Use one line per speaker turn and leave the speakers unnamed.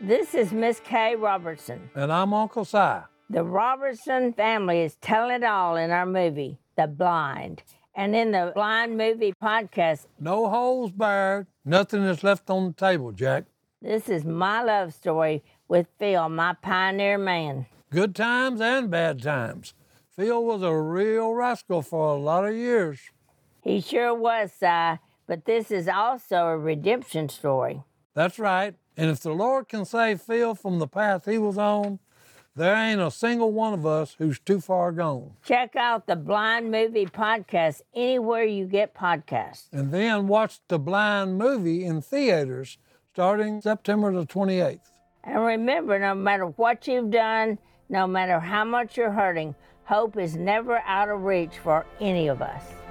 This is Miss Kay Robertson.
And I'm Uncle Si.
The Robertson family is telling it all in our movie, The Blind. And in the Blind Movie podcast,
No holes barred, nothing is left on the table, Jack.
this is my love story with Phil, my pioneer man.
Good times and bad times. Phil was a real rascal for a lot of years.
He sure was, Si, but this is also a redemption story.
That's right. And if the Lord can save Phil from the path he was on, there ain't a single one of us who's too far gone.
Check out the Blind Movie podcast anywhere you get podcasts.
And then watch the blind movie in theaters starting September the 28th.
And remember, no matter what you've done, no matter how much you're hurting, hope is never out of reach for any of us.